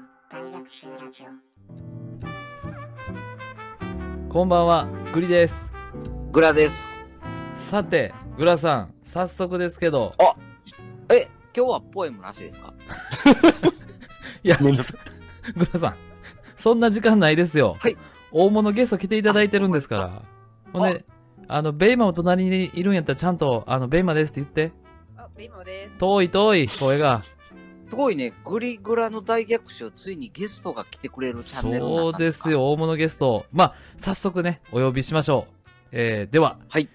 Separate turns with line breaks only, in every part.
ンシーラジオ
こんばんは、グリです。
グラです。
さて、グラさん、早速ですけど、
え、今日はポエムなしですか
いや、
ごめんなさ
グラさん、そんな時間ないですよ。
はい
大物ゲスト来ていただいてるんですから。ほんで、あの、ベイマも隣にいるんやったらちゃんと、あの、ベイマですって言って。
あ、ベイマです。
遠い遠い、声が。
すごいね、グリグラの大逆襲、ついにゲストが来てくれるチャンネルにな
そ
っ
う
たん
です。よ、大物ゲスト。まあ、早速ね、お呼びしましょう。えー、では、
はい。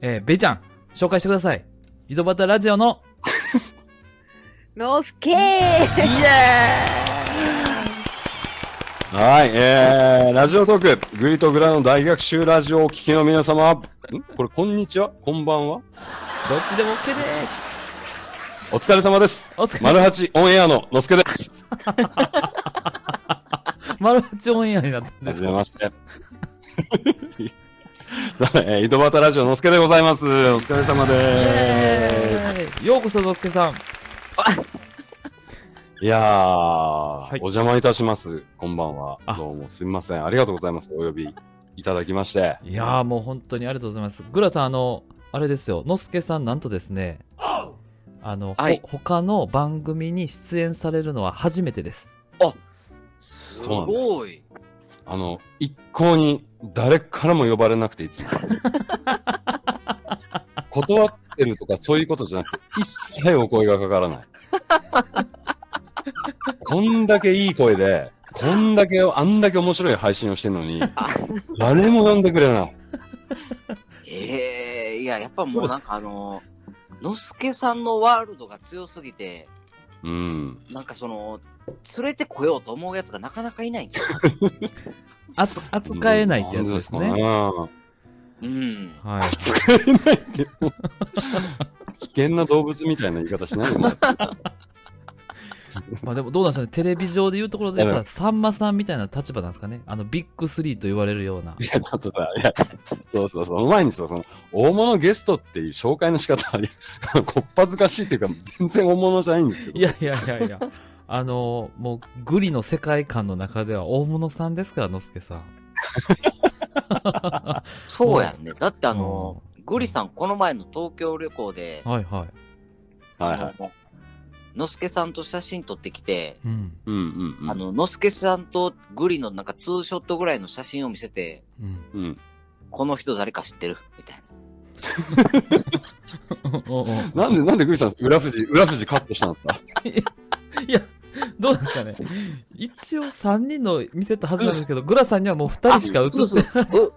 えー、ベイちゃん、紹介してください。井戸端ラジオの、
ノースケー
はい、えー、ラジオトーク、グリとグラの大学習ラジオをお聞きの皆様、んこれ、こんにちはこんばん
ど
は
っちでも OK です。
お疲れ様です。
お疲れ
丸八オンエアののすけです。
丸八オンエアになったんで
は
す
じめまして。 さあ、えー、井戸端ラジオのすけでございます。お疲れ様です。
ようこそ、ぞすけさん。
いやー、
い
お邪魔いたします。こんばんは
あ。
どうもすみません。ありがとうございます。お呼びいただきまして。
いやー、もう本当にありがとうございます。グラさん、あの、あれですよ、のすけさん、なんとですね、あの、
はい
ほ他の番組に出演されるのは初めてです。
す
そうなんです
ごい。
あの、一向に誰からも呼ばれなくてい つも。断ってるとかそういうことじゃなくて、一切お声がかからない。こんだけいい声で、こんだけ、あんだけ面白い配信をしてるのに、誰も呼んでくれない。
ええいや、やっぱもうなんかあの、のすけさんのワールドが強すぎて、
うん。
なんかその、連れてこようと思うやつがなかなかいないんですよ。
あつ扱えないってやつです
なん
ね。
かね
うん。
はい。
扱えないって。 危険な動物みたいな言い方しないでもらって
まあでも、どうなんでしょうね。テレビ上で言うところで、やっぱ、さんまさんみたいな立場なんですかね。あの、ビッグスリーと言われるよう な。
いや、ちょっとさ、いや、そうそう、その前にさ、その、大物ゲストっていう紹介の仕方、いや こっぱずかしいっていうか、全然大物じゃないんですけど。
いやいやいやいや。あのもう、グリの世界観の中では大物さんですから、のすけ さん。
そうやんね。だってあの、グリさん、この前の東京旅行で、
はいはい。
はいはい。
のすけさんと写真撮ってきて、
うん。
うんうんうん。
あ、の、のすけさんとグリのなんかツーショットぐらいの写真を見せて、
うん。
うん。
この人誰か知ってるみたいな。
おうおう
なんで、なんでグリさん、裏富士、裏富士カットしたんですか
いや、どうなんですかね。一応3人の見せたはずなんですけど、グラさんにはもう2人しか映
そう
っ
そう
て。
う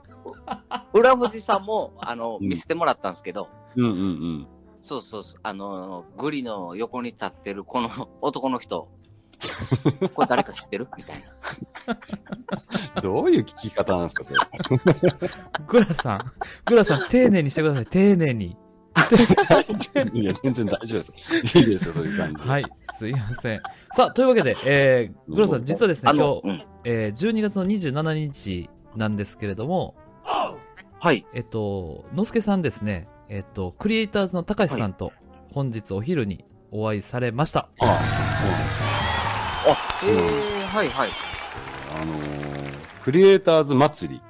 う裏藤さんも、あの、見せてもらったんですけど、
うんうんうん。
そうそうそう、あの、グリの横に立ってるこの男 の人、これ誰か知ってるみたいな。
どういう聞き方なんですか、それ。
グラさん、グラさん、丁寧にしてください、丁寧に。
いや、全然大丈夫です。いいですよ、そういう感じ。
はい、すいません。さあ、というわけで、えー、グラさん、実はですね
あ、
今
の
日、、
うん。
えー、12月の27日なんですけれども、
はい。
えっと、のすけさんですね、えっと、クリエイターズの高橋さんと、本日お昼にお会いされました。
ああ、
あ、えー、はいはい。
そうなんですあのークリエイターズ祭り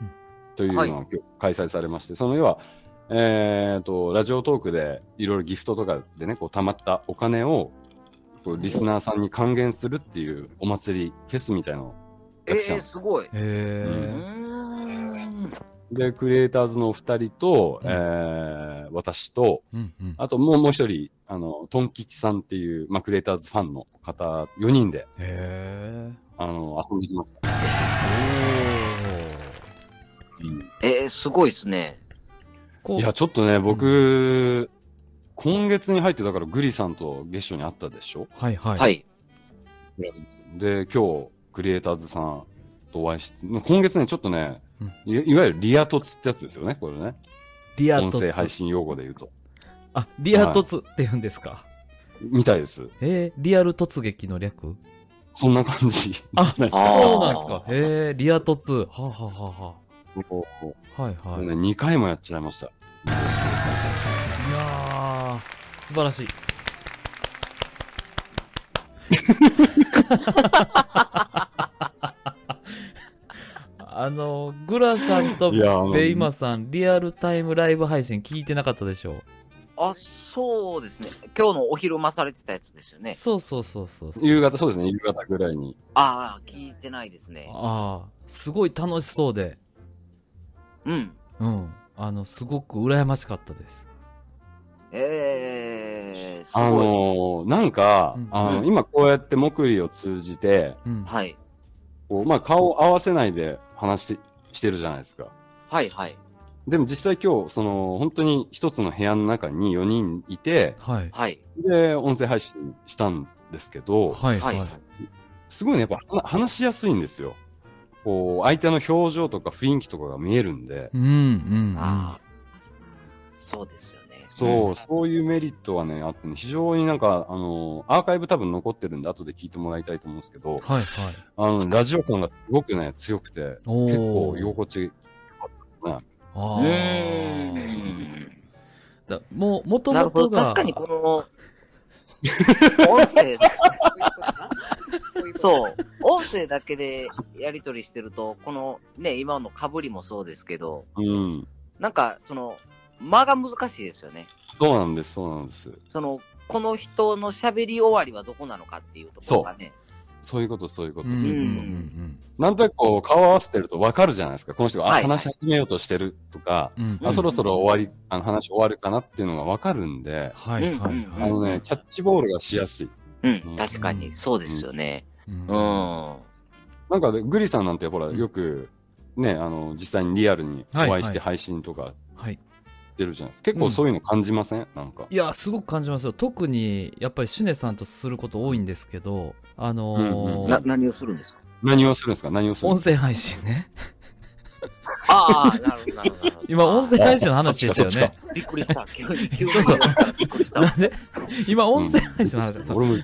うん
というのが今日開催されまして、その要は、えっと、ラジオトークでいろいろギフトとかでね、こう溜まったお金を、こうリスナーさんに還元するっていうお祭り、フェスみたいなのを
え
やってきたん
ー、
です。
すごい。
え
う
ー、
ーん。
で、クリエイターズのお二人と、
うん
えー私と、
うん、うん。
あともうもう一人、あの、トン吉さんっていう、まあ、クリエイターズファンの方、4人で、
え
あの、遊んできました。うん
えー、すごいですね。
ー、こ
いや、ちょっとね、僕、今月に入って、だからグリさんと月初に会ったでしょ
はいはい。
はい。
で、今日、クリエイターズさんとお会いして、今月ね、ちょっとね、
うん
いいわゆるリア突ってやつですよね、これね。
リア
音
ト
声配
ツ。
信用語で言うと。
あ、リアトツって言うんですか。
みたいです。
えー、リアル突撃の略
そんな感じ。
あ
なんか
あー
そうなんですか。えー、リア突。はあ、はあは あは
こう
あ、はいはい。いや
ね、2回もやっちゃいました。
ー、素晴ら しい。ラさんと
いやー
ベイマさん、リアルタイムライブ配信聞いてなかったでしょ
あ、そうですね。今日のお昼間されてたやつですよ
う、
ね。
そうそうそうそうそう。
夕方、そうですね、夕方ぐらいに。
ああ、聞いてないですね。
ああ、すごい楽しそうで、
うん。
うん。あの、すごく羨ましかったです。
えー、す
あ
ごい。
のーなんか、
うん
あ
う
の
ん
今こうやって目利を通じて、
うん。
はい。
こうまあ、顔を合わせないで話ししてるじゃないですか。
はい、はい。
でも実際今日、その、本当に一つの部屋の中に4人いて、
はい。
はい。
で、音声配信したんですけど、
はい。は
はいい。。
すごいね、やっぱ話話しやすいんですよ。こう、相手の表情とか雰囲気とかが見えるんで、
うん、うん。
ああ、そうですよね。
そう、
ん
そういうメリットはね、あって、ね、非常になんか、あのアーカイブ多分残ってるんで、後で聞いてもらいたいと思うんですけど、
はい、はい。
あの、ラジオ感がすごくね、強くて、
おー
結構居心地、
あ
う
あ。
ーん。
だもう、もと
な
も
るほ
と
ど。
が、
確かにこの、音声、そう。音声だけでやり取りしてると、このね、今の被りもそうですけど、
うん、
なんか、その、間が難しいですよね。
そうなんです、そうなんです。
その、この人の喋り終わりはどこなのかっていうところがね。
そういうこと、そういうこと。
うん、うん、
そうういうんなんとなくこう、顔合わせてるとわかるじゃないですか。この人が、あ
はい
話し始めようとしてるとか、
うん、うん。
うん
あ、そろそろ終わり、あの話終わるかなっていうのがわかるんで、
はい、はい、はい。
あのね、キャッチボールがしやすい。
うん、
うん
確かに、そうですよね。
うん
うん。は
なんかね、グリさんなんてほら、
うん
よく、ね、あの、実際にリアルにお
はい
会いし
はい
て配信とか
はい。
してるじゃないですか。結構そういうの感じませんなんか。
いや、すごく感じますよ。特に、やっぱりシュネさんとすること多いんですけど、あのー
うん
な、何をするんですか
何をするんですか何をするん
音
です
声配信ね。
ああ、なるほど、なるほどなるほど。
今、音声
あ
配信の話ですよ
そっち
ね
か。
びっくりした。急に、急に言われたらびっくりした。
なんで 今、
か
音声配信の話、
うん
そう
俺も、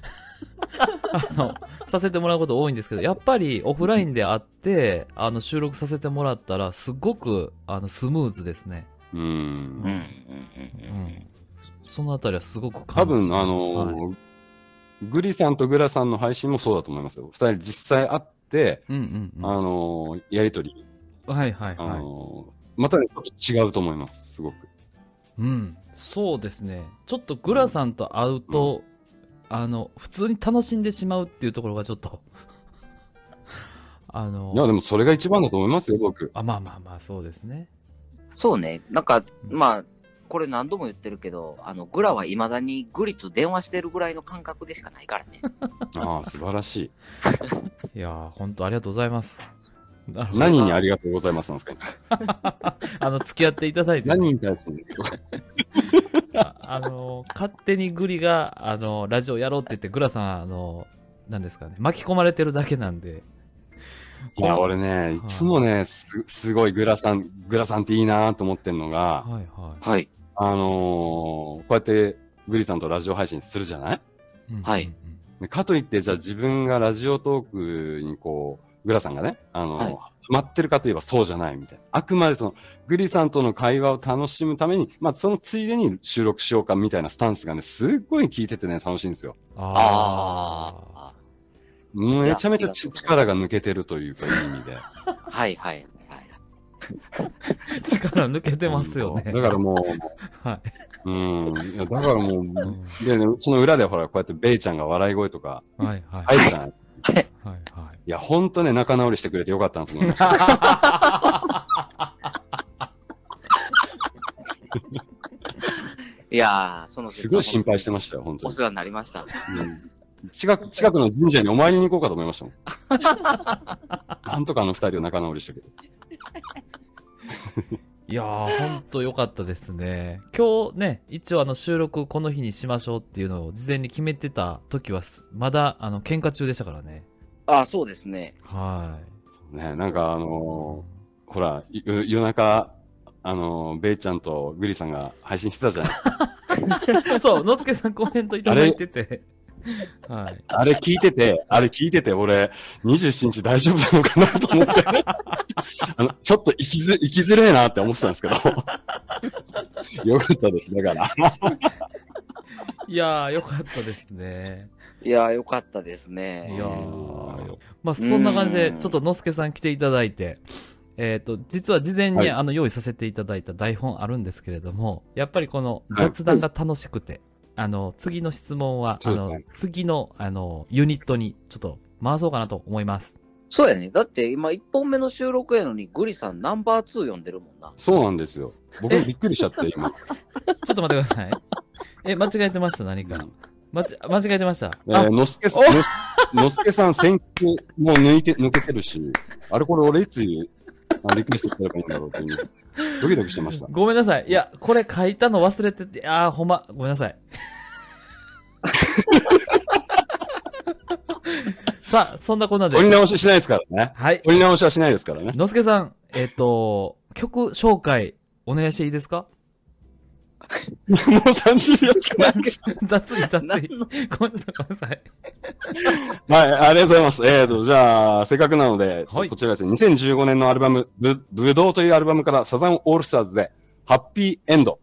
あの、させてもらうこと多いんですけど、やっぱりオフラインであって、あの、収録させてもらったら、すごく、あの、スムーズですね。
う
うんん、う。ん、うんうん。
そのあたりはすごく
多
感じます
分、あの
はい
ー、グリさんとグラさんの配信もそうだと思いますよ。二人実際会って、
うんうん
あのー、やりとり、
うん。はいはい
あ
はい。
のー、またね、ちょっと違うと思います。すごく。
うん。そうですね。ちょっとグラさんと会うと、あの、普通に楽しんでしまうっていうところがちょっと、あ
いや、
の、
でもそれが一番だと思いますよ、僕。
あ、まあまあまあ、そうですね。
そうね。なんか、まあ、これ何度も言ってるけど、あの、グラはいまだにグリと電話してるぐらいの感覚でしかないからね。
ああ、素晴らし い。
いやー、本当ありがとうございます。なるほど
何にありがとうございますなんですか今
あの、付き合っていただいてね、
何に対してね
ああの、勝手にグリが、あの、ラジオやろうって言って、グラさん、あの、なんですかね、巻き込まれてるだけなんで。
いや、俺ね、いつもね、す、すごいグラさん、グラさんっていいなと思ってんの
は
が、
いは
はい。
あのー、こうやってグリさんとラジオ配信するじゃない
い。うん
はい。
でかといって、じゃあ自分がラジオトークにこう、グラさんがね、あのー、
はい
ハマってるかといえばそうじゃないみたいな。あくまでその、グリさんとの会話を楽しむために、まあ、そのついでに収録しようかみたいなスタンスがね、すっごい聞いててね、楽しいんですよ。
あ
あ
もう
い
め
や
ちゃめちゃち力が抜けてるというか、いい意味で。
あ。はい、はい、はい。
ー。 力抜けてますよね
うん。だからも
は
う、うん。いやだからもう、で、ね、その裏でほら、こうやってベイちゃんが笑い声とか、
い。はいはい。
アイちゃん、
はい
い
はい。
や、ほんとね、仲直りしてくれてよかったなと思いました。
いやー、その
すごい心配してましたよ、本当
お
に。
世話になりました。
うん近く、近くの神社にお参りに行こうかと思いましたもん。 なんとかあの二人を仲直りしたけど。
いやー、ほんと良かったですね。今日ね、一応あの収録この日にしましょうっていうのを事前に決めてた時はす、まだあの喧嘩中でしたからね。
ああ、そうですね。
は
ね、なんかあ
い。
のーほら、ゆ夜中、あのーベイちゃんとグリさんが配信してたじゃない ですか。
そう、のすけさんコメントいただいてて。はい。
あれ聞いてて、あれ聞いてて、俺、27日大丈夫なのかなと思って、 あの、ちょっと生きず、生きづれえなって思ってたんで すけど、よかったです、だから。
いやー、良かったですね。
いやー、よかったです
い
ね。
や
いやー
ー。まあ、そんな感じで、ちょっとのすけさん来ていただいて、えっ、と、実は事前に、
はい
あの用意させていただいた台本あるんですけれども、やっぱりこの雑談が楽しくて、あの、次の質問は、あ
そうです
の
ね、
次の、あの、ユニットにちょっと回そうかなと思います。
そうやね。だって今1本目の収録やのにグリさんナンバー2読んでるもんな。
そうなんですよ。僕もびっくりしちゃって、今。
ちょっと待ってください。え、間違えてました何か。間ち間違えてました。
え
あ
ー、のすけ、ののすけさん、選球もう抜いて、抜けてるし、あれこれ俺いつ、あリクエストすればいいんだろうっていう、ドキドキしてました。
ごめんなさい。いや、これ書いたの忘れてて、あー、ほんま、ごめんな さい。さあ、そんなこんなで
取。り直ししないですからね。
はい。
取り直しはしないですからね。
のすけさん、えっ、と、曲紹介、お願いしていいですか
もう30秒しかない。
雑い、雑い。ごめん
何
なさい、ごめんなさい。
はい、ありがとうございます。えーと、じゃあ、せっかくなので、
はい
こちらですね、2015年のアルバム、ぶ、ぶどうというアルバムからサザンオールスターズで、ハッピーエンド